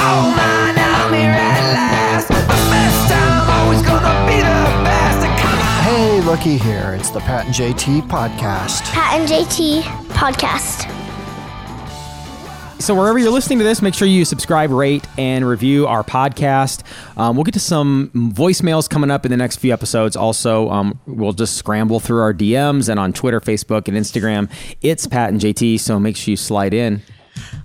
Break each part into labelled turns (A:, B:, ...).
A: Oh man, I'm here at last. The best time, always gonna be the best. And come on.
B: Hey, looky here. It's the Pat and JT podcast.
C: Pat and JT podcast.
D: So wherever you're listening to this, make sure you subscribe, rate, and review our podcast. Um, we'll get to some voicemails coming up in the next few episodes. Also, um, we'll just scramble through our DMs and on Twitter, Facebook, and Instagram. It's Pat and JT, so make sure you slide in.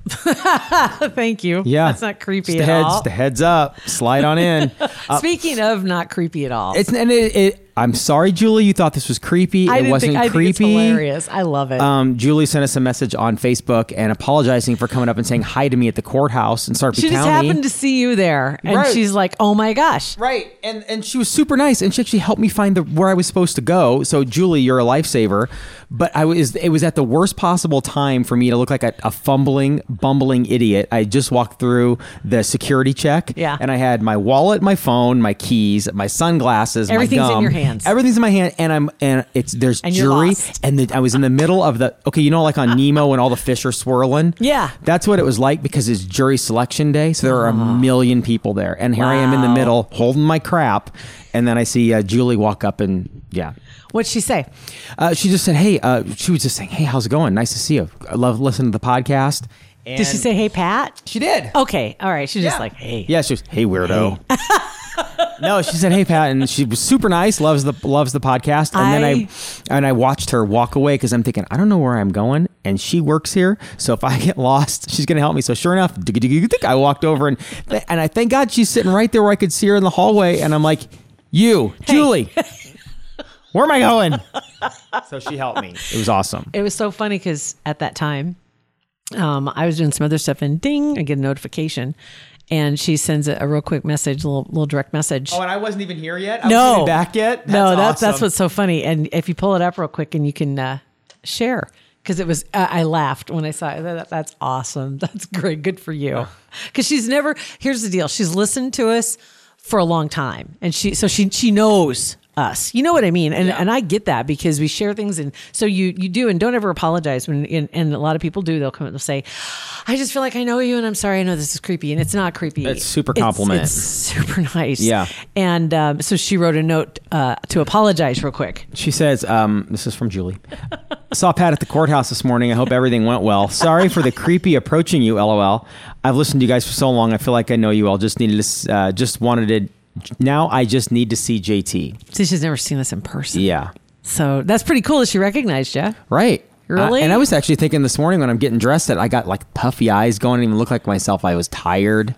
E: Thank you.
D: Yeah,
E: That's not creepy
D: Just a
E: at
D: heads,
E: all.
D: just a heads up, slide on in. Uh,
E: Speaking of not creepy at all.
D: it's and it, it. I'm sorry, Julie. You thought this was creepy.
E: I
D: it
E: didn't
D: wasn't
E: think, I think it's
D: creepy.
E: hilarious. I love it.
D: um, Julie sent us a message on Facebook and apologizing for coming up and saying hi to me at the courthouse in Sarpy
E: she
D: County.
E: just happened to see you there and
D: Right.
E: she's like, "Oh my gosh."
D: Right, and and she was super nice, and she actually helped me find the where I was supposed to go. So Julie, you're a lifesaver, but I was it was at the worst possible time for me to look like a, a fumbling, bumbling idiot. I just walked through the security check,
E: Yeah.
D: and I had my wallet, my phone, my keys, my sunglasses, my
E: Everything's in
D: gum.
E: your hands.
D: everything's in my hand, and I'm and it's there's
E: And you're
D: jury,
E: lost.
D: and the, I was in the middle of the okay, you know, like on Nemo when all the fish are swirling,
E: Yeah.
D: that's what it was like because it's jury selection day, so there are a million people there, and here I am in the
E: Wow.
D: middle holding my crap, and then I see uh, Julie walk up and yeah,
E: What'd she say?
D: uh, she just said, "Hey," uh, she was just saying, "Hey, how's it going? Nice to see you. I love listening to the podcast." And
E: Did she say, "Hey, Pat"?
D: she did?
E: Okay. All right. She's just like, "Hey."
D: Yeah, she was, "Hey, weirdo." no, she said, "Hey, Pat," and she was super nice. loves the loves the podcast. And
E: I-
D: then I and I watched her walk away because I'm thinking, I don't know where I'm going, and she works here, so if I get lost, she's gonna help me. So sure enough, I walked over and and I thank God she's sitting right there where I could see her in the hallway, and I'm like, "You, Julie, where am I going?" So she helped me. It was awesome.
E: It was so funny cuz at that time um, I was doing some other stuff and ding, I get a notification and she sends a, a real quick message, a little, little direct message.
D: Oh, and I wasn't even here yet. I
E: no
D: back yet.
E: no that's that's what's so funny and if you pull it up real quick and you can uh, share because it was uh, i laughed when i saw it That- that's awesome that's great good for you because she's never here's the deal she's listened to us for a long time and she so she she knows us you know what i mean and and i get that because we share things and so you you do and don't ever apologize when and, and a lot of people do they'll come up and say i just feel like i know you and i'm sorry i know this is creepy and it's not creepy
D: It's super compliment.
E: it's super nice
D: Yeah.
E: and um, so she wrote a note uh, to apologize real quick.
D: She says, um, this is from Julie. Saw Pat at the courthouse this morning. I hope everything went well. Sorry for the creepy approaching you, lol. I've listened to you guys for so long. I feel like I know you all. Just needed to, s- uh, just wanted to, now I just need to see JT.
E: See, she's never seen us in person.
D: Yeah.
E: So that's pretty cool that she recognized you.
D: Right.
E: Really?
D: Uh, and I was actually thinking this morning when I'm getting dressed that I got like puffy eyes going. I didn't even look like myself. I was tired.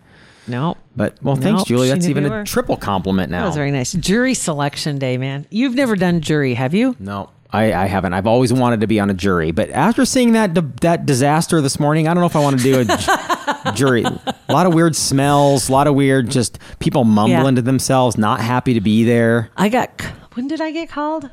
E: No.
D: But, well, thanks,
E: Nope,
D: Julie.
E: she
D: That's
E: knew
D: even
E: you
D: a
E: were.
D: triple compliment now.
E: That was very nice. Jury selection day, man. You've never done jury, have you?
D: No, I, I haven't. I've always wanted to be on a jury, but after seeing that that disaster this morning, I don't know if I want to do a ju- jury. A lot of weird smells, a lot of weird just people mumbling to
E: Yeah.
D: themselves, not happy to be there.
E: I got. c- When did I get called?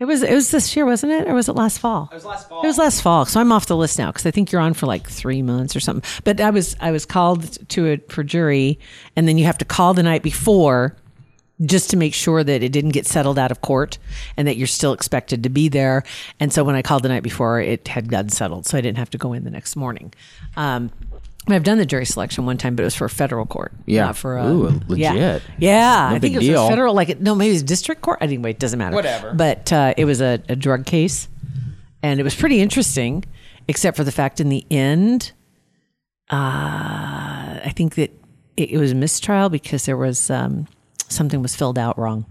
E: It was it was this year, wasn't it, or was it last fall? It was last fall. It was last fall. So I'm off the list now because I think you're on for like three months or something. But I was I was called to it for jury, and then you have to call the night before just to make sure that it didn't get settled out of court and that you're still expected to be there. And so when I called the night before, it had gotten settled, so I didn't have to go in the next morning. Um, and I've done the jury selection one time, but it was for a federal court,
D: Yeah.
E: not for a
D: Ooh,
E: Yeah,
D: legit.
E: yeah
D: No
E: I
D: big
E: think it was
D: deal.
E: a federal or like it- no, maybe it's district court. Anyway, it doesn't matter.
D: Whatever.
E: But uh, it was a, a drug case, and it was pretty interesting, except for the fact in the end, uh, I think that it, it was a mistrial because there was um, something was filled out wrong.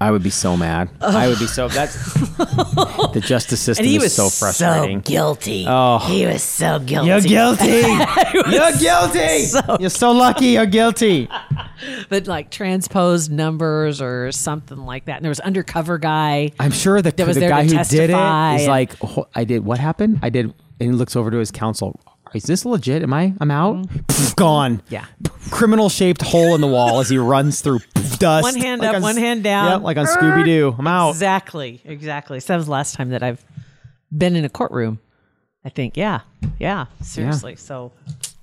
D: I would be so mad. I would be so. That's the justice system is so frustrating.
E: guilty.
D: Oh.
E: he was so guilty.
D: you're guilty. you're guilty. you're so lucky. You're guilty.
E: But like transposed numbers or something like that. And there was undercover guy.
D: I'm sure the,
E: was
D: the
E: there
D: guy
E: to
D: who did
E: testify
D: it is
E: and-
D: like, "Wh- I did what happened? I did, and he looks over to his counsel. is this legit? Am I? I'm out.
E: Mm-hmm.
D: Pff, gone. Yeah. Criminal shaped hole in the wall as he runs through pff, dust.
E: One hand
D: Like
E: up,
D: on
E: one
D: s-
E: hand down.
D: Yeah, like on Scooby Doo. I'm out.
E: Exactly. Exactly. So that was the last time that I've been in a courtroom. I think. Yeah. Yeah. Seriously. So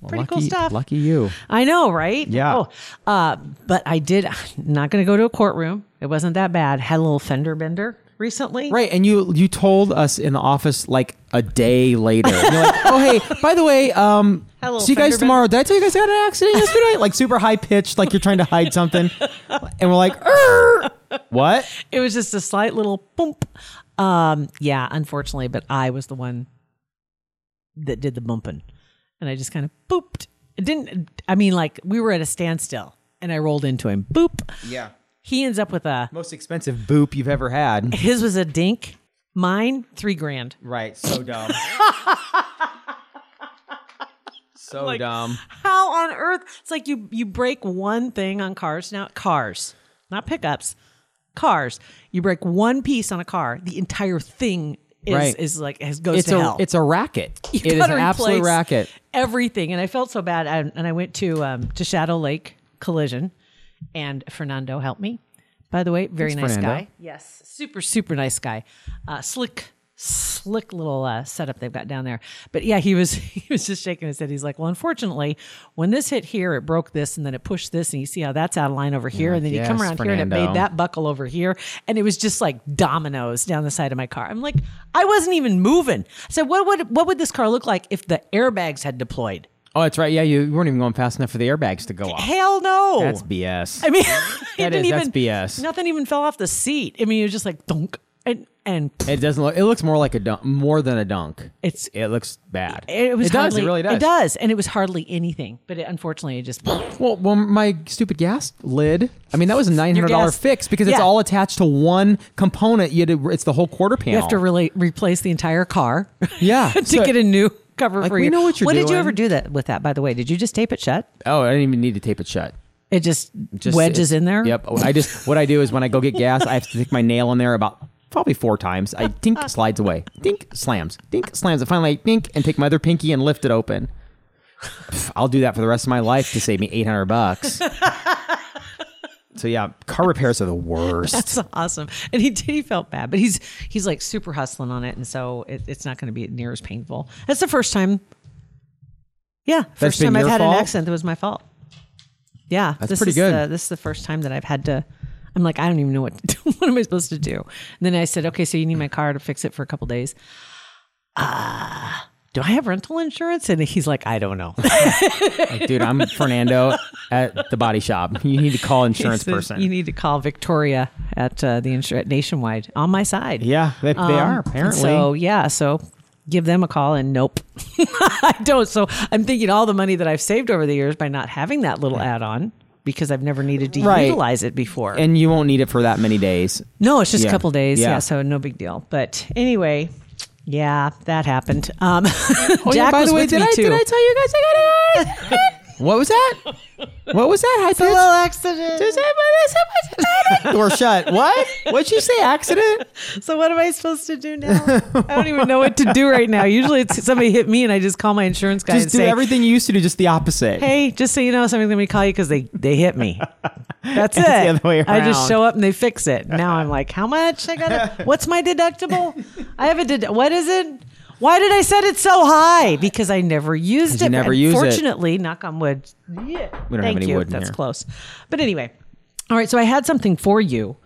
E: pretty
D: lucky,
E: cool stuff.
D: Lucky you.
E: I know, right?
D: Yeah.
E: Oh, uh, but I did not going to go to a courtroom. It wasn't that bad. Had a little fender bender recently.
D: Right, and you you told us in the office like a day later. You're like, oh hey, by the way, um,
E: Hello,
D: see you guys
E: Fenderman."
D: tomorrow. Did I tell you guys I had an accident yesterday? like super high pitched, like you're trying to hide something. And we're like, "Er, what?
E: It was just a slight little bump. Um, yeah, unfortunately, but I was the one that did the bumping, and I just kind of booped. It didn't. I mean, like we were at a standstill, and I rolled into him. Boop.
D: Yeah,
E: He ends up with a.
D: most expensive boop you've ever had.
E: His was a dink. Mine three grand.
D: Right, so dumb. so dumb.
E: How on earth? It's like you you break one thing on cars now. Cars, not pickups. Cars. You break one piece on a car, the entire thing is
D: Right.
E: is like has goes
D: It's
E: to
D: a
E: hell.
D: it's a racket.
E: You
D: it is an
E: gotta
D: absolute
E: replace
D: racket.
E: Everything, and I felt so bad. And, and I went to um, to Shadow Lake Collision, and Fernando helped me. By the way, very
D: Thanks,
E: nice
D: Fernando.
E: guy. Yes, super super nice guy. Uh, slick slick little uh, setup they've got down there. But yeah, he was he was just shaking his head. He's like, well, unfortunately, when this hit here, it broke this, and then it pushed this, and you see how that's out of line over here, and then you come
D: "Yes,
E: around here and it
D: Fernando."
E: made that buckle over here, and it was just like dominoes down the side of my car. I'm like, I wasn't even moving. I said, what would what would this car look like if the airbags had deployed?
D: Oh, that's right. Yeah, you weren't even going fast enough for the airbags to go off.
E: Hell no.
D: That's BS.
E: I mean, it
D: That is-
E: didn't even,
D: that's BS.
E: Nothing even fell off the seat. I mean, it was just like dunk and and
D: It doesn't look. It looks more like a dunk, more than a dunk.
E: It's-
D: It looks bad.
E: it was
D: It does.
E: hardly-
D: It really does.
E: It does, and it was hardly anything. But it, unfortunately, it just
D: Well, well, my stupid gas lid. I mean, that was a nine hundred dollar
E: gas-
D: fix because it's
E: Yeah.
D: all attached to one component. You had to, it's the whole quarter panel.
E: you have to really replace the entire car.
D: Yeah,
E: to
D: so-
E: get a new cover
D: Like,
E: for
D: we
E: you.
D: know what you're
E: What did you
D: doing.
E: ever do that with that? By the way, did you just tape it shut?
D: oh, I didn't even need to tape it shut.
E: It just,
D: Just-
E: wedges
D: it's-
E: in there.
D: Yep. I just what I do is when I go get gas, I have to stick my nail in there about probably four times. I dink slides away, dink slams, dink slams, and finally I dink and take my other pinky and lift it open. Pff, I'll do that for the rest of my life to save me eight hundred bucks. so yeah, car repairs are the worst.
E: That's awesome. And he did. He felt bad, but he's he's like super hustling on it, and so it, it's not going to be near as painful. That's the first time. Yeah, first
D: been
E: time I've
D: your
E: had
D: fault?
E: an accident that was my fault. Yeah,
D: That's
E: this
D: pretty
E: is
D: good.
E: The, this is the first time that I've had to. I'm like, I don't even know what to do. what am I supposed to do? And then I said, okay, so you need my car to fix it for a couple days. Uh, do I have rental insurance? And he's like, I don't know.
D: Like, dude, I'm Fernando at the body shop. You need to call insurance
E: He said,
D: person.
E: You need to call Victoria at uh, the insur- at Nationwide on my side.
D: yeah, they, they
E: Um,
D: are
E: and
D: apparently.
E: So yeah, so give them a call and nope, I don't. So I'm thinking all the money that I've saved over the years by not having that little add-on because I've never needed to
D: Right.
E: utilize it before.
D: and you won't need it for that many days.
E: no, it's just
D: Yeah.
E: a couple days. Yeah.
D: Yeah.
E: so no big deal. But anyway. Yeah, that happened. Um, Jack
D: Oh, yeah, by
E: was
D: the way,
E: with
D: did
E: me
D: I,
E: too.
D: did I tell you guys I got it? what was that? What was that? High pitch?
E: little accident.
D: Is that what- is that what- Door shut. What? What'd you say? Accident?
E: So what am I supposed to do now? I don't even know what to do right now. Usually, it's somebody hit me, and I just call my insurance guy
D: Just
E: and
D: do
E: say,
D: everything you used to do, just the opposite.
E: hey, just so you know, somebody's gonna be call you because they they hit me. That's it.
D: the other way
E: I just
D: around.
E: show up and they fix it. Now I'm like, how much? I got to What's my deductible? I have a ded. What is it? Why did I set it so high? Because I never used it.
D: you
E: but
D: never use it.
E: Fortunately, knock on wood. Yeah.
D: We don't have
E: Thank
D: any
E: you.
D: wood in
E: That's
D: here.
E: close. But anyway, all right. So I had something for you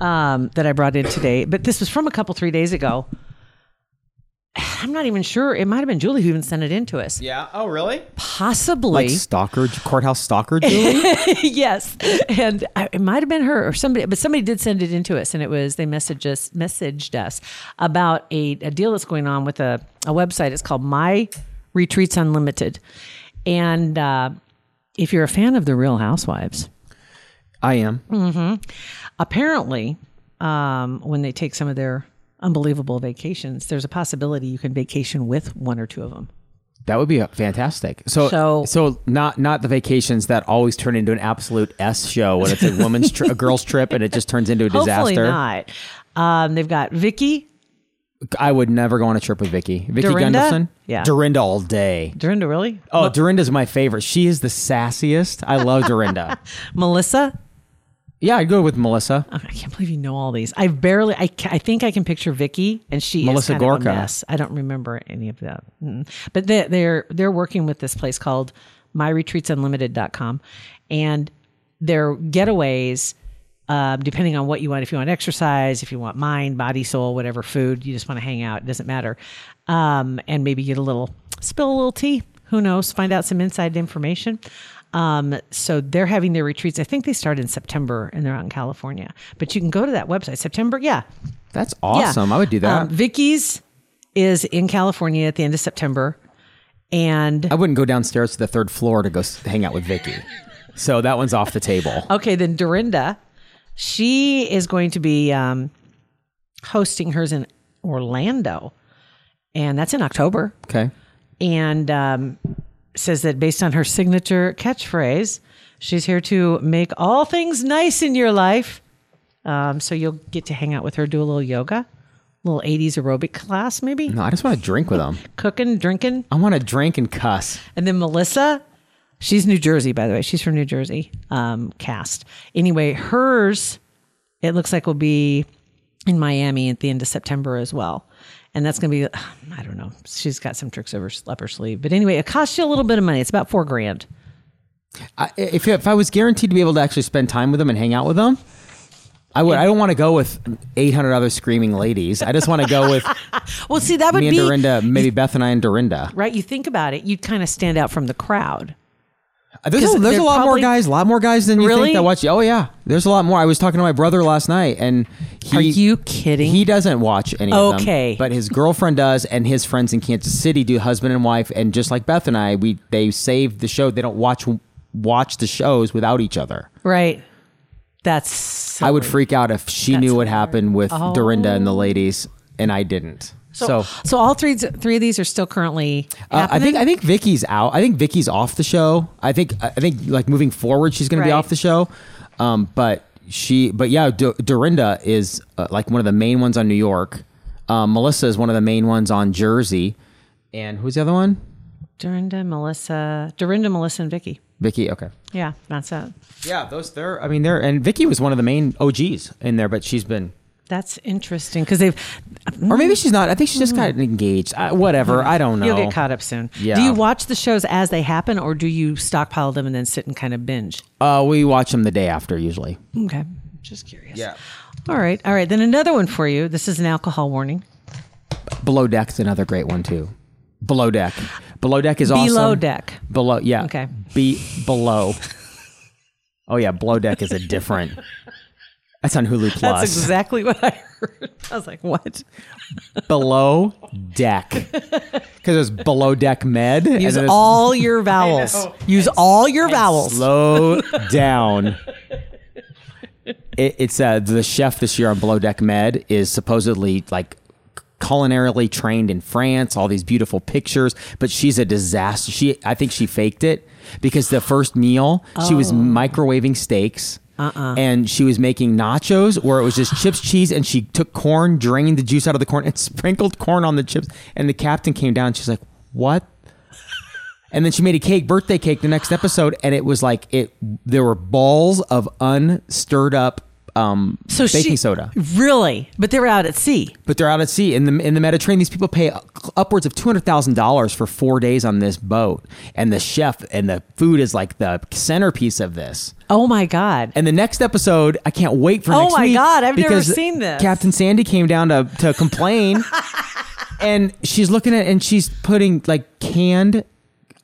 E: um, that I brought in today, but this was from a couple three days ago. I'm not even sure. It might have been Julie who even sent it in to us.
D: Yeah. Oh, really?
E: Possibly
D: Like stalker, courthouse stalker, Julie?
E: yes, and I, it might have been her or somebody, but somebody did send it into us, and it was they messaged us messaged us about a, a deal that's going on with a, a website. It's called My Retreats Unlimited, and uh, if you're a fan of the Real Housewives,
D: I am.
E: apparently, um, when they take some of their unbelievable vacations, there's a possibility you can vacation with one or two of them.
D: That would be uh, fantastic. So, so,
E: So-
D: not not the vacations that always turn into an absolute S show when it's a woman's tri- a girl's trip and it just turns into a disaster.
E: Hopefully not. Um, they've got Vicky
D: I would never go on a trip with Vicky. Vicky
E: Dorinda?
D: Gundelson?
E: Yeah.
D: Dorinda all day.
E: Dorinda, really?
D: Oh, Dorinda's my favorite. She is the sassiest. I love Dorinda.
E: Melissa?
D: Yeah, I'd go with Melissa.
E: Oh, I can't believe you know all these. I barely. I, ca- I think I can picture Vicky, and she
D: Melissa
E: is kind Of
D: Gorka.
E: a mess. I don't remember any of that. Mm. But they, they're they're working with this place called MyRetreatsUnlimited.com, and their getaways. Um, depending on what you want, if you want exercise, if you want mind, body, soul, whatever food, you just want to hang out, it doesn't matter. Um, and maybe get a little, spill a little tea. Who knows? Find out some inside information. Um, so they're having their retreats. I think they start in September and they're out in California. But you can go to that website. September, yeah.
D: That's awesome.
E: Yeah.
D: I would do that.
E: Um, Vicky's is in California at the end of September. And
D: I wouldn't go downstairs to the third floor to go s- hang out with Vicky. so that one's off the table.
E: okay, then Dorinda, she is going to be um, hosting hers in Orlando. And that's in October.
D: Okay.
E: and um, says that based on her signature catchphrase, she's here to make all things nice in your life. Um, so you'll get to hang out with her, do a little yoga, little 80s aerobic class, maybe
D: No, I just want to drink with them.
E: cooking, drinking.
D: I want to drink and cuss.
E: And then Melissa, she's New Jersey, by the way. She's from New Jersey, um, cast. Anyway, hers, it looks like will be in Miami at the end of September as well. And that's going to be, I don't know, she's got some tricks over up her sleeve. But anyway, it costs you a little bit of money. It's about four grand.
D: I, if, if I was guaranteed to be able to actually spend time with them and hang out with them, I would. I don't want to go with 800 other screaming ladies. I just want to go with
E: Well, see, that would
D: me and
E: be,
D: Dorinda, maybe Beth and I and Dorinda.
E: right? You think about it, you'd kind of stand out from the crowd.
D: There's a,
E: 'Cause
D: there's
E: they're
D: a lot more
E: probably-
D: guys, a lot more guys than you
E: Really?
D: think that watch. Oh yeah, there's a lot more. I was talking to my brother last night, and he,
E: Are you kidding?
D: He doesn't watch any of them.
E: Okay.
D: but his girlfriend does, and his friends in Kansas City do. Husband and wife, and just like Beth and I, we they save the show. They don't watch watch the shows without each other.
E: Right. That's. So
D: I would freak out if she knew what happened with Dorinda and the ladies, and I didn't. So.
E: Oh. So all three three of these are still currently.
D: uh, I
E: happening?
D: think I think Vicky's out. I think Vicky's off the show. I think I think like moving forward, she's going to be
E: Right.
D: off the show. Um, but she, but yeah, Do- Dorinda is uh, like one of the main ones on New York. Uh, Melissa is one of the main ones on Jersey, and who's the other one?
E: Dorinda, Melissa, Dorinda, Melissa, and Vicky.
D: Vicky. Okay.
E: Yeah, that's it.
D: Yeah, those they're. I mean, they're and Vicky was one of the main OGs in there, but she's been
E: That's interesting because they've.
D: or maybe she's not. I think she just got engaged. I, whatever. I don't know.
E: Mm-hmm. You'll get caught up soon.
D: Mm. Yeah.
E: Do you watch the shows as they happen, or do you stockpile them and then sit and kind of binge?
D: Uh, we watch them the day after usually.
E: Okay, just curious. Yeah. All right, all right. Then another one for you. This is an alcohol warning.
D: Below Deck's another great one too. Below Deck. Below Deck is awesome.
E: Below deck.
D: Below, yeah.
E: Okay.
D: Be below. oh yeah, below deck is a different. That's on Hulu Plus.
E: That's exactly what I heard. I was like, what?
D: below deck. Because it's below deck med. and
E: Use
D: then it's
E: all your vowels. Use all your vowels.
D: slow down. It, it's uh, the chef this year on Below Deck Med is supposedly like culinarily trained in France. All these beautiful pictures, but she's a disaster. She, I think she faked it because the first meal she
E: Oh.
D: was microwaving steaks.
E: Uh-uh.
D: And she was making nachos where it was just chips, cheese, and she took corn, drained the juice out of the corn, and sprinkled corn on the chips. And the captain came down. And she's like, "What and then she made a cake, birthday cake, the next episode, and it was like it. There were balls of unstirred up um,
E: So she-
D: baking soda,
E: Really? But they were out at sea.
D: but they're out at sea in the in the Mediterranean. These people pay upwards of two hundred thousand dollars for four days on this boat, and the chef and the food is like the centerpiece of this.
E: Oh my God.
D: And the next episode, I can't wait for
E: Oh
D: next
E: my
D: week
E: God, I've never
D: because
E: seen this.
D: Captain Sandy came down to to complain, and she's looking at and she's putting like canned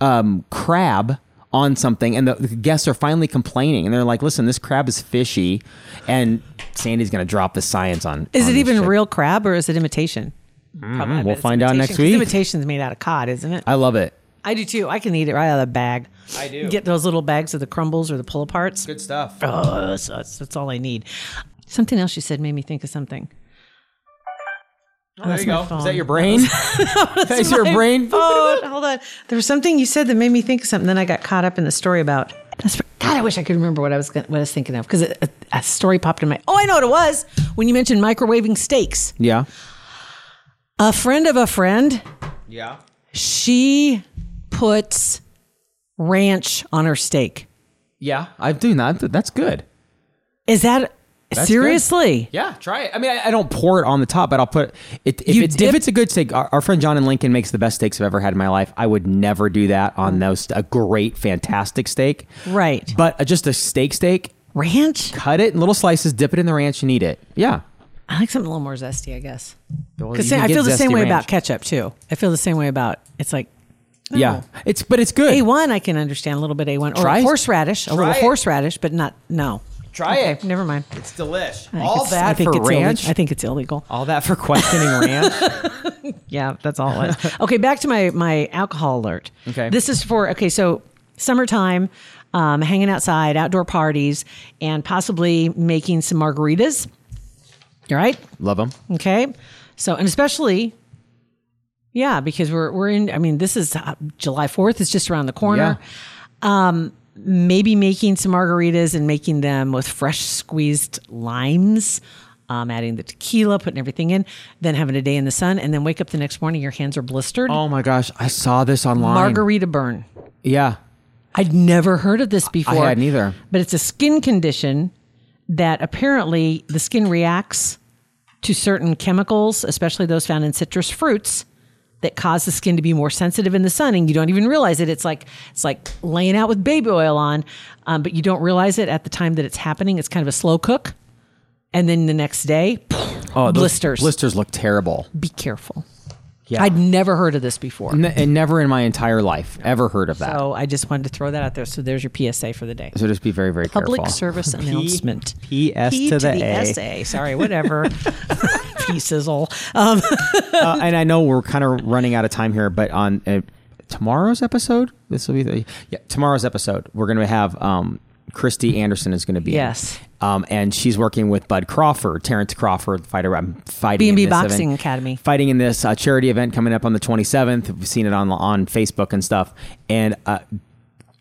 D: um, crab on something, and the, the guests are finally complaining, and they're like, "Listen, this crab is fishy," and Sandy's gonna drop the science on.
E: Is
D: on
E: it
D: this
E: even
D: shit. Mm-hmm.
E: real crab or is it imitation? Probably, I bet
D: we'll
E: it's
D: find out
E: imitation,
D: next
E: 'cause
D: week.
E: Imitation's made out of cod, isn't it?
D: I love it.
E: I do too. I can eat it right out of the bag. I do. Get those little bags of the crumbles or the pull aparts.
D: Good stuff.
E: Oh, that's, that's, that's all I need. Something else you said made me think of something.
D: there you go.
E: phone.
D: Is that your brain? That's your
E: My
D: brain.
E: phone. Oh, Hold on. There was something you said that made me think of something. Then I got caught up in the story about. That's, God, I wish I could remember what I was gonna, what I was thinking of because a, a story popped in my. Oh, I know what it was when you mentioned microwaving steaks.
D: Yeah.
E: A friend of a friend,
D: Yeah.
E: she puts ranch on her steak.
D: Yeah. I'm doing that. That's good.
E: Is that
D: good.
E: seriously?
D: Yeah, try it. I mean, I, I don't pour it on the top, but I'll put it. If,
E: You
D: it's, if
E: dip-
D: it's a good steak, our, our friend John in Lincoln makes the best steaks I've ever had in my life. I would never do that
E: Mm.
D: on those. A great, fantastic steak.
E: Right.
D: But uh, just a steak, steak,
E: Ranch?
D: cut it in little slices, dip it in the ranch, and eat it. Yeah.
E: I like something a little more zesty, I guess.
D: Well,
E: Because
D: you can
E: I
D: get
E: feel the same
D: zesty
E: way
D: ranch.
E: about ketchup too. I feel the same way about it's like Oh.
D: Yeah. It's, but it's good.
E: A one. I can understand a little bit A one or
D: Try-
E: horseradish, a little
D: try it.
E: horseradish, but not no.
D: Try
E: Okay,
D: it.
E: Never mind.
D: It's delish.
E: I think
D: All
E: it's- I
D: that
E: think
D: for
E: it's illeg-
D: ranch.
E: I think it's illegal.
D: all that for questioning ranch.
E: Yeah, that's all it was. okay, back to my my alcohol alert.
D: Okay.
E: This is for okay, so summertime, um, hanging outside, outdoor parties, and possibly making some margaritas. All right.
D: Love them.
E: Okay. So, and especially, yeah, because we're, we're in, I mean, this is uh, July 4th, it's just around the corner. Um, maybe making some margaritas and making them with fresh squeezed limes, um, adding the tequila, putting everything in, then having a day in the sun, and then wake up the next morning, your hands are blistered.
D: Oh my gosh, I saw this online.
E: Margarita burn.
D: yeah.
E: I'd never heard of this before.
D: hadn't either.
E: But it's a skin condition that apparently the skin reacts to certain chemicals, especially those found in citrus fruits, that cause the skin to be more sensitive in the sun, and you don't even realize it. It's like it's like laying out with baby oil on, um, but you don't realize it at the time that it's happening. It's kind of a slow cook, and then the next day,
D: Oh, those
E: blisters.
D: Blisters look terrible.
E: Be careful.
D: Yeah.
E: I'd never heard of this before.
D: N- and never in my entire life ever heard of that.
E: So Oh, I just wanted to throw that out there. So there's your PSA for the day.
D: So just be very, very
E: Public
D: careful.
E: service announcement.
D: PS
E: P
D: to the A.
E: SA. Sorry, whatever. P sizzle. Um,
D: Uh, and I know we're kind of running out of time here, but on uh, tomorrow's episode, this will be the yeah tomorrow's episode. We're going to have um, Christy Anderson is going to be in.
E: Yes.
D: Um, and she's working with Bud Crawford, Terrence Crawford, fighter. I'm fighting in
E: B&B
D: this event-
E: Boxing Academy.
D: Fighting in this uh, charity event coming up on the 27th. We've seen it on on Facebook and stuff. And uh,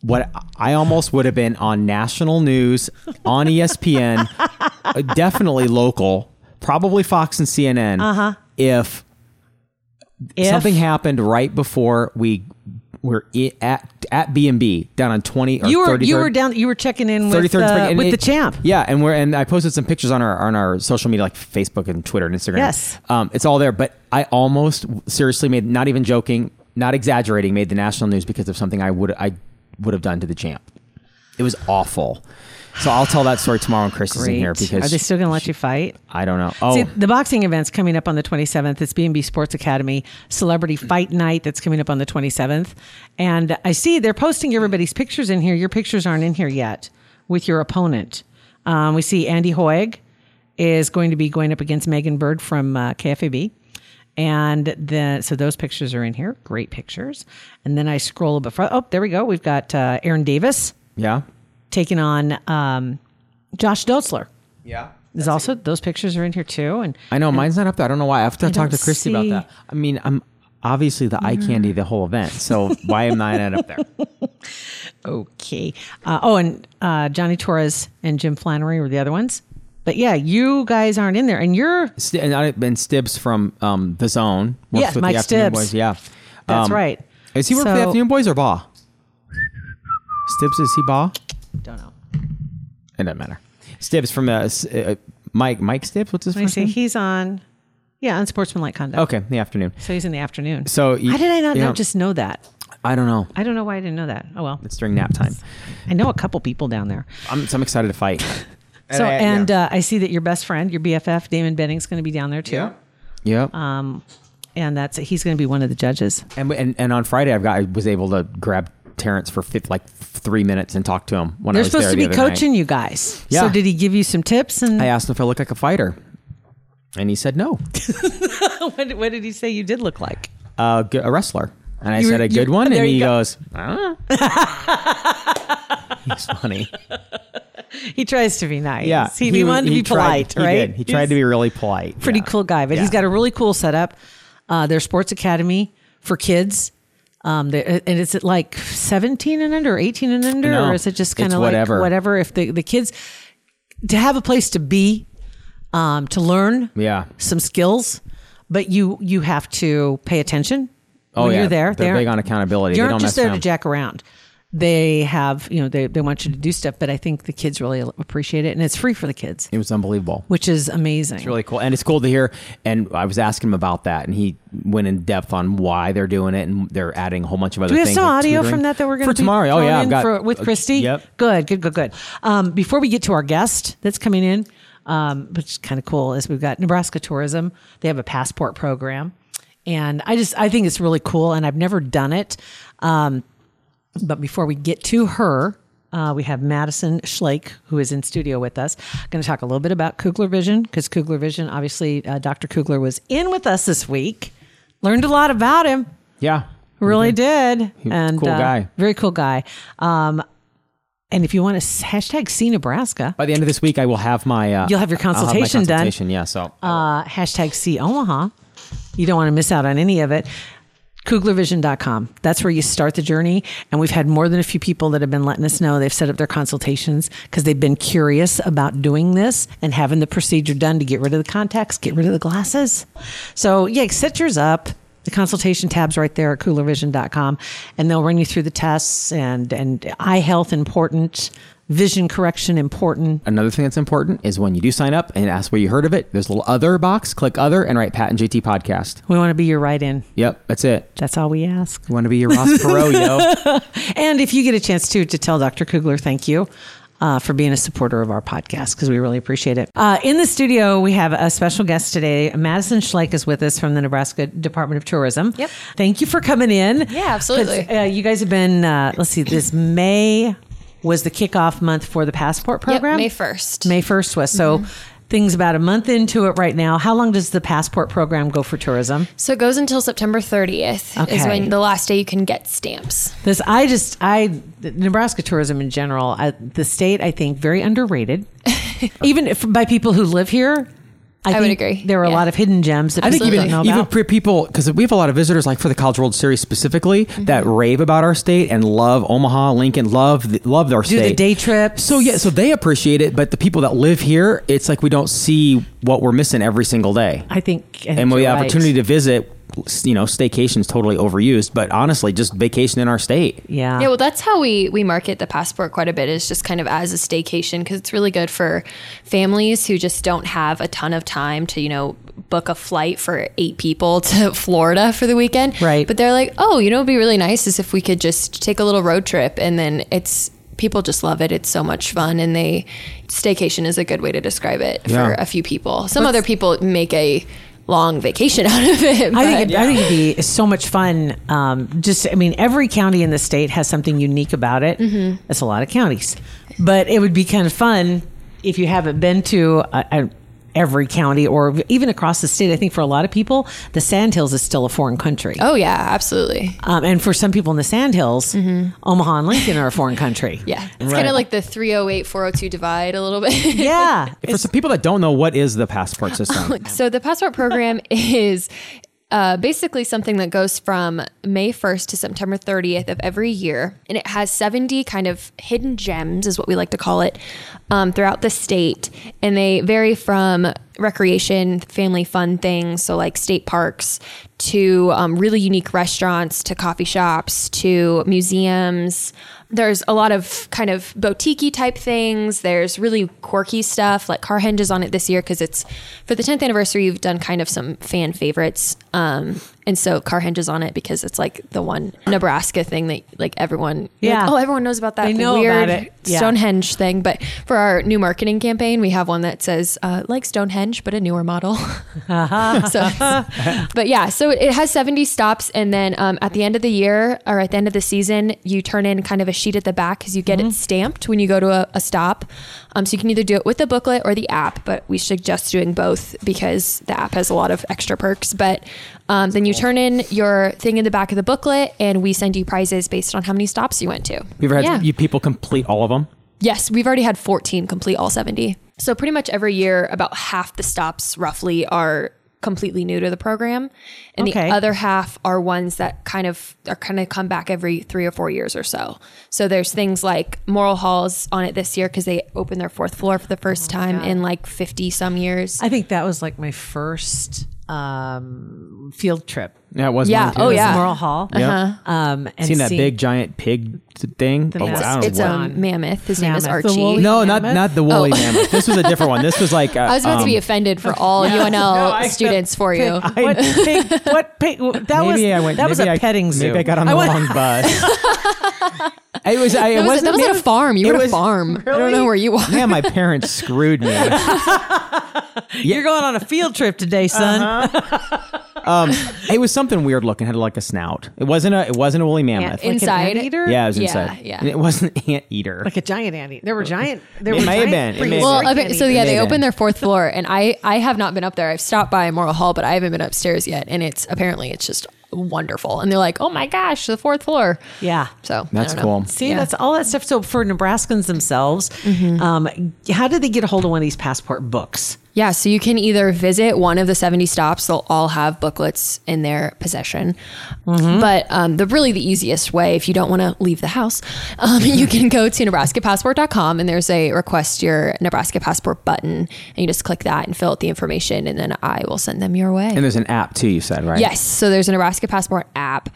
D: what I almost would have been on national news on E ESPN, uh, definitely local, probably Fox and CNN. Uh-huh. If
E: if-
D: something happened right before we were i- at at B and B down on twenty or
E: You were
D: 33rd,
E: you were down. You were checking in with,
D: 33rd
E: uh,
D: Spring, and
E: with
D: it-
E: the champ.
D: Yeah, and we're and I posted some pictures on our on our social media like Facebook and Twitter and Instagram.
E: Yes.
D: um, it's all there. But I almost seriously made not even joking, not exaggerating, made the national news because of something I would I would have done to the champ. It was awful. So I'll tell that story tomorrow when Chris is in here
E: Great.
D: because
E: Are they still going to let you fight?
D: I don't know. Oh,
E: See, the boxing event's coming up on the 27th. It's B&B Sports Academy Celebrity Fight Night that's coming up on the 27th. And I see they're posting everybody's pictures in here. Your pictures aren't in here yet with your opponent. Um, we see Andy Hoig is going to be going up against Megan Bird from uh, KFAB. And then, so those pictures are in here. Great pictures. And then I scroll a bit further. Oh, there we go. We've got uh, Aaron Davis
D: yeah,
E: taking on um, Josh Dotzler.
D: yeah.
E: Is also those pictures are in here too, and
D: I know mine's not up there. I don't know why. I have to talk
E: don't
D: to Christy about
E: see- Mm-hmm.
D: that. I mean, I'm obviously the eye candy the whole event. So why am I not up there?
E: Okay. Uh, oh, and uh, Johnny Torres and Jim Flannery were the other ones. But yeah, you guys aren't in there, and you're
D: St- and, I, and Stibbs from um, the Zone works
E: Yeah,
D: with
E: Mike
D: the Afternoon
E: Stibbs.
D: Boys. Yeah,
E: that's
D: Um,
E: right.
D: Is he work for the
E: So-
D: Afternoon Boys or Baugh? Stibbs is he Baugh?
E: Don't know.
D: It doesn't matter. Stibbs from uh, S- uh, Mike Mike Stibbs. What's his
E: Let me
D: first
E: see.
D: name?
E: He's on. Yeah, on sportsmanlike conduct.
D: okay, the Afternoon.
E: So he's in the afternoon.
D: So you-
E: how did I not
D: yeah.
E: know, just know that?
D: I don't know.
E: I don't know why I didn't know that. Oh well,
D: It's during nap time.
E: I know a couple people down there.
D: I'm, so I'm excited to fight.
E: So and uh, I see that your best friend, your BFF, Damon Benning's going to be down there too, Um,
D: Yep.
E: and that's he's going to be one of the judges.
D: And, and and on Friday, I've got I was able to grab Terrence for fifth, like three minutes and talk to him when I
E: They're
D: was there
E: supposed to
D: the
E: be
D: other
E: coaching
D: night.
E: you guys.
D: Yeah.
E: So did he give you some tips? And
D: I uh, asked him if I looked like a fighter, and he said no,
E: what, what did he say you did look like?
D: a, uh, g- a wrestler. And I
E: You were-
D: said a
E: you-
D: good one,
E: there
D: and
E: you
D: he
E: go.
D: goes, I don't know. He's funny.
E: He tries to be nice.
D: Yeah,
E: He, he, wanted to
D: he
E: be polite,
D: tried, He,
E: right?
D: did. he tried to be really polite.
E: pretty
D: yeah.
E: cool guy, but he's
D: Yeah.
E: got a really cool setup. Uh, their sports academy for kids. Um, they- and is it like 17 and under, 18 and under,
D: No,
E: or is it just
D: it's
E: kind of like
D: whatever.
E: whatever? If the, the kids to have a place to be, um, to learn
D: Yeah.
E: some skills, but you you have to pay attention
D: Oh
E: when
D: yeah,
E: you're there.
D: They're
E: They
D: big
E: aren't-
D: on accountability.
E: You
D: They
E: aren't
D: don't
E: just
D: mess
E: there to
D: around.
E: jack around. They have, you know, they, they want you to do stuff, but I think the kids really appreciate it. And it's free for the kids,
D: It was unbelievable.
E: which is amazing.
D: It's really cool, and it's cool to hear. And I was asking him about that, and he went in depth on why they're doing it, and they're adding a whole bunch of other
E: Do we have
D: things.
E: some
D: with
E: audio
D: tutoring.
E: from that that we're going
D: for
E: to
D: tomorrow. Oh yeah, I've got
E: for, with
D: uh,
E: Christy.
D: Yep.
E: Good, good, good, good. Um, before we get to our guest that's coming in, um, which is kind of cool, is we've got Nebraska Tourism. They have a passport program, and I just I think it's really cool, and I've never done it. Um, but before we get to her. Uh, we have Madison Schlake, who is in studio with us. Going to talk a little bit about Kugler Vision because Kugler Vision, obviously, uh, Dr. Kugler was in with us this week. Learned a lot about him.
D: Yeah.
E: Really did. and uh,
D: cool guy.
E: Very cool guy. Um, and if you want to s- hashtag see Nebraska,
D: By the end of this week, I will have my. Uh,
E: You'll have your
D: I'll my
E: consultation done.
D: consultation, Yeah. So
E: uh, hashtag see Omaha, you don't want to miss out on any of it. Kuglervision.com. That's where you start the journey. And we've had more than a few people that have been letting us know they've set up their consultations because they've been curious about doing this and having the procedure done to get rid of the contacts, get rid of the glasses. So, yeah, set yours up. The consultation tab's right there at coolervision.com, and they'll run you through the tests and, and eye health important, vision correction important.
D: another thing that's important is when you do sign up and ask where you heard of it. There's a little other box. Click other and write Pat and JT podcast.
E: We want to be your right in.
D: Yep, that's it.
E: That's all we ask.
D: You want to be your Ross Perot, yo?
E: And if you get a chance too to tell Dr. Kugler thank you uh, for being a supporter of our podcast because we really appreciate it. Uh, in the studio, we have a special guest today. Madison Schleich is with us from the Nebraska Department of Tourism.
F: Yep.
E: Thank you for coming in.
F: Yeah, absolutely.
E: 'Cause, Uh, you guys have been. Uh, let's see. This May was the kickoff month for the passport program.
F: May Mm-hmm. 1st.
E: May first was so. Things about a month into it right now. How long does the passport program go for tourism?
F: So it goes until September 30th is
E: Okay.
F: when the last day you can get stamps.
E: This I just I Nebraska tourism in general, I, the state I think very underrated, even if, by people who live here. I,
F: would
E: think
F: agree.
E: There are a
F: Yeah.
E: lot of hidden gems that
D: I think
E: people
D: even
E: don't know
D: even
E: about.
D: pre- people because we have a lot of visitors like for the College World Series specifically
E: Mm-hmm.
D: that rave about our state and love Omaha, Lincoln, love th- love our
E: Do
D: state.
E: the day trips.
D: so yeah, so they appreciate it, but the people that live here, it's like we don't see what we're missing every single day.
E: I think, I think
D: and
E: you're
D: the
E: right.
D: opportunity to visit, you know, staycation's totally overused, but honestly, just vacation in our state.
E: yeah.
F: Yeah, well, that's how we we market the passport quite a bit. Is just kind of as a staycation because it's really good for families who just don't have a ton of time to you know book a flight for eight people to Florida for the weekend.
E: Right.
F: But they're like, oh, you know, it'd be really nice is if we could just take a little road trip, and then it's people just love it. It's so much fun, and they staycation is a good way to describe it
D: Yeah.
F: for a few people. Some other people make a long vacation out of it.
E: I
F: but-
E: think, it, I think it'd be so much fun. Um, just, I mean, every county in the state has something unique about it.
F: Mm-hmm.
E: It's That's a lot of counties, but it would be kind of fun if you haven't been to uh, uh, every county or even across the state. I think for a lot of people, the Sandhills is still a foreign country.
F: Oh yeah, absolutely.
E: Um, and for some people in the Sandhills, Omaha and Lincoln are a foreign country.
F: Mm-hmm. Yeah. It's kind of like the 308 402 divide a little bit.
E: Yeah.
D: For some people that don't know, what is the passport system?
F: So the passport program is uh, basically something that goes from May 1st to September 30th of every year. And it has 70 kind of hidden gems, is what we like to call it, um, throughout the state. And they vary from recreation, family fun things, so like state parks, to um, really unique restaurants, to coffee shops, to museums. There's a lot of kind of boutique type things. There's really quirky stuff like Car Hinge is on it this year because it's for the 10th anniversary. You've done kind of some fan favorites. Um, and so Car Hinge is on it because it's like the one Nebraska thing that like everyone, you're
E: Yeah.
F: like, oh, everyone knows about that
E: They know
F: weird
E: about it. Yeah.
F: Stonehenge thing. But for our new marketing campaign, we have one that says uh, like Stonehenge, but a newer model. so, but yeah, so it has 70 stops. And then um, at the end of the year or at the end of the season, you turn in kind of a sheet at the back because you get it stamped when you go to a, a stop. Um, so you can either do it with the booklet or the app, but we suggest doing both because the app has a lot of extra perks. But um, then you turn in your thing in the back of the booklet and we send you prizes based on how many stops you went to.
D: You ever had
F: Yeah.
D: you people complete all of them?
F: Yes, we've already had 14 complete all 70. So pretty much every year, about half the stops roughly are completely new to the program, and
E: Okay.
F: the other half are ones that kind of are kind of come back every three or four years or so. So there's things like Moral Halls on it this year because they
E: Oh
F: opened their fourth floor for the first time in like 50 some years.
E: I think that was like my first um, field trip.
D: Yeah, it was.
F: Yeah.
D: mine too.
F: Oh, yeah.
E: Morrill Hall.
F: Uh-huh.
D: Yeah.
E: Um, and
D: Seen that
E: seeing-
D: big giant pig t- thing?
E: The
D: oh,
E: mask.
D: I don't know
F: It's
D: what-
F: a mammoth. His name is
E: Mammoth. The
F: Archie.
E: woolly-
D: no, not
E: mammoth?
D: not the woolly mammoth. This was a different one. This was like I
F: Oh. I was about to be offended for all UNL
D: um, I-
F: students for you.
E: What pig? What pig? That was
D: maybe I went.
E: that was
D: maybe
E: a
D: I-
E: petting zoo.
D: Maybe I got on the
E: went-
D: wrong bus. it was. I, it
F: That
D: wasn't
F: was, that was at a
D: mammoth.
F: farm. You
D: It
F: were at a
D: was-
F: farm. I don't know where you are.
D: Man, my parents screwed me.
E: You're going on a field trip today, son.
D: Uh-huh. It was something weird looking. Had like a snout. It wasn't a. It wasn't a woolly mammoth.
E: Like an
F: Inside.
E: anteater?
D: yeah, it was
F: Yeah,
D: inside.
F: yeah.
D: And it wasn't ant eater.
E: Like a giant ante. There were giant. There
D: It
E: were
D: may have
E: giant
D: been. It may have
E: prehistoric
D: been.
F: Well, okay,
E: anteaters.
F: so yeah, they
D: Maybe.
F: opened their fourth floor, and I I have not been up there. I've stopped by Moral Hall, but I haven't been upstairs yet. And it's apparently it's just wonderful. And they're like, oh my gosh, the fourth floor.
E: Yeah.
F: So I
D: That's
F: don't know.
D: cool.
E: See,
F: Yeah. Mm-hmm.
E: that's all that stuff. So for Nebraskans themselves, um, how did they get a hold of one of these passport books?
F: Yeah, so you can either visit one of the 70 stops, they'll all have booklets in their possession. But um, the really the easiest way, if you don't want to leave the house, um, you can go to nebraskapassport.com and there's a request your Nebraska passport button. And you just click that and fill out the information, and then I will send them your way.
D: and there's an app too. You said right?
F: Yes. So there's a Nebraska Passport app,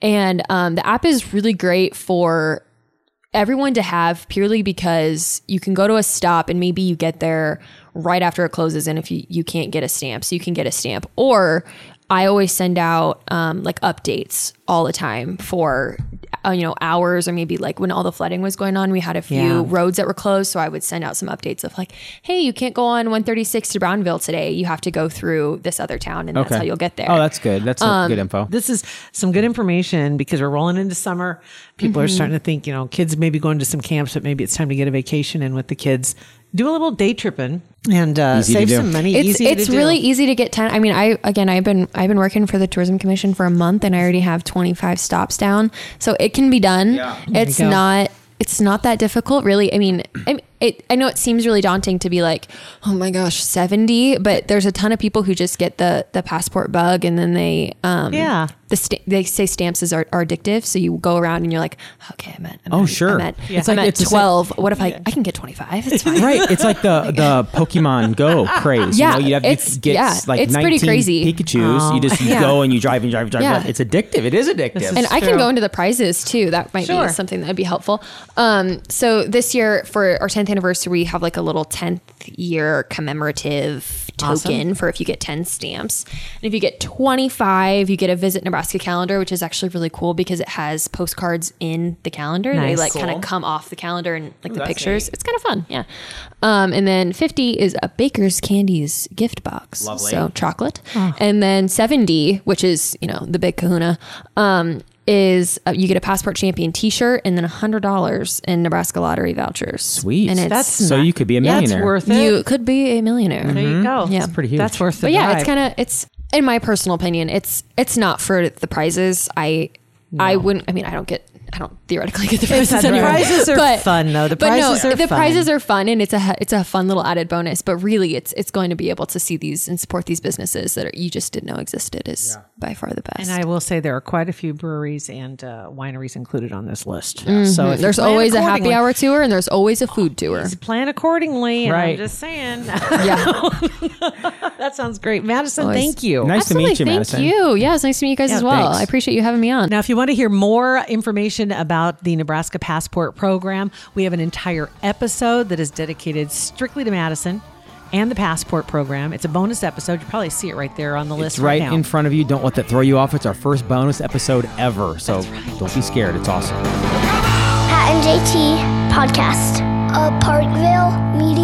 F: and um, the app is really great for everyone to have purely because you can go to a stop and maybe you get there right after it closes, and if you you can't get a stamp, so you can get a stamp or I always send out um, like updates all the time for uh, you know hours or maybe like when all the flooding was going on, we had a few
E: Yeah.
F: roads that were closed. So I would send out some updates of like, hey, you can't go on 136 to Brownville today. You have to go through this other town, and that's how you'll get there. Um,
D: Oh, that's good. That's good info.
E: This is some good information because we're rolling into summer. People
F: Mm-hmm.
E: are starting to think, you know, kids may be going to some camps, but maybe it's time to get a vacation in with the kids. Do a little day tripping and uh,
D: Easy to
E: save
D: do.
E: some money.
F: it's
E: easy
F: it's
E: to do.
F: really easy to get 10 i mean i again i've been i've been working for the tourism commission for a month and i already have 25 stops down so it can be done it's
E: you go.
F: not it's not that difficult really i mean I, it, I know it seems really daunting to be like oh my gosh 70 but there's a ton of people who just get the the passport bug and then they um
E: Yeah.
F: the sta- they say stamps is are, are addictive so you go around and you're like okay i'm at I'm
D: Oh,
F: at-
D: sure.
F: i'm at,
D: Yeah. It's
F: I'm
D: like-
F: at
D: it's the same-
F: 12 what if i i can get 25 it's fine
D: Right, it's like the the Pokemon Go craze.
F: Yeah,
D: you know, you have
F: it's-
D: you get
F: yeah,
D: like
F: it's pretty
D: 19
F: crazy.
D: Pikachu's. you just you
F: Yeah.
D: go and you drive and drive and drive.
F: Yeah.
D: drive. It's addictive. It is addictive.
F: and I
E: true.
F: can go into the prizes too. That might
E: Sure.
F: be something that'd be helpful. Um, so this year for our 10th anniversary, we have like a little 10th year commemorative token for if you get 10 stamps. And if you get 25, you get a visit Nebraska calendar, which is actually really cool because it has postcards in the calendar. They
E: Nice.
F: like kind
E: Cool.
F: of come off the calendar and like the
D: that's
F: pictures. It's kind of fun. Yeah. Um, and then 50 is a baker's candies gift box.
D: Lovely.
F: So chocolate.
E: Oh.
F: And then 70, which is, you know, the big kahuna, um, is uh, you get a Passport Champion t shirt and then $100 in Nebraska lottery vouchers.
D: Sweet.
F: And it's,
E: That's-
D: so Mm-hmm. you could be a
E: Yeah,
D: millionaire.
E: it's worth it.
F: you could be a millionaire.
E: there you go.
F: Yeah.
E: It's pretty
F: It's pretty
E: huge. Oh. That's worth the
F: But yeah, it's
E: drive.
F: kind of it's in my personal opinion, it's it's not for the prizes. I I wouldn't. I mean, I don't get. I don't theoretically get the prizes.
E: the
F: anyway.
E: prizes are fun, though. The
F: but
E: prizes
F: no,
E: are
F: the
E: fun.
F: prizes are fun, and it's a it's a fun little added bonus. But really, it's it's going to be able to see these and support these businesses that are, you just didn't know existed is by far the best.
E: And I will say there are quite a few breweries and uh, wineries included on this list.
F: Mm-hmm.
E: So if you
F: there's
E: plan
F: always a happy
E: accordingly-
F: hour tour, and there's always a food tour.
E: Plan accordingly. And I'm
D: Right.
E: just saying.
F: Yeah,
E: that sounds great. Madison,
F: Always.
E: thank you.
D: Nice to meet you,
F: Thank
D: Madison.
F: you. Yeah, it's nice to meet you guys
E: Yeah,
F: as well.
D: thanks.
F: I appreciate you having me on.
E: Now, if you want to hear more information about the Nebraska Passport Program, we have an entire episode that is dedicated strictly to Madison and the Passport Program. It's a bonus episode. You probably see it right there on the list
D: It's right
E: now.
D: in front of you. Don't let that throw you off. It's our first bonus episode ever. So don't be scared. It's awesome.
C: Pat and JT Podcast. A Parkville Media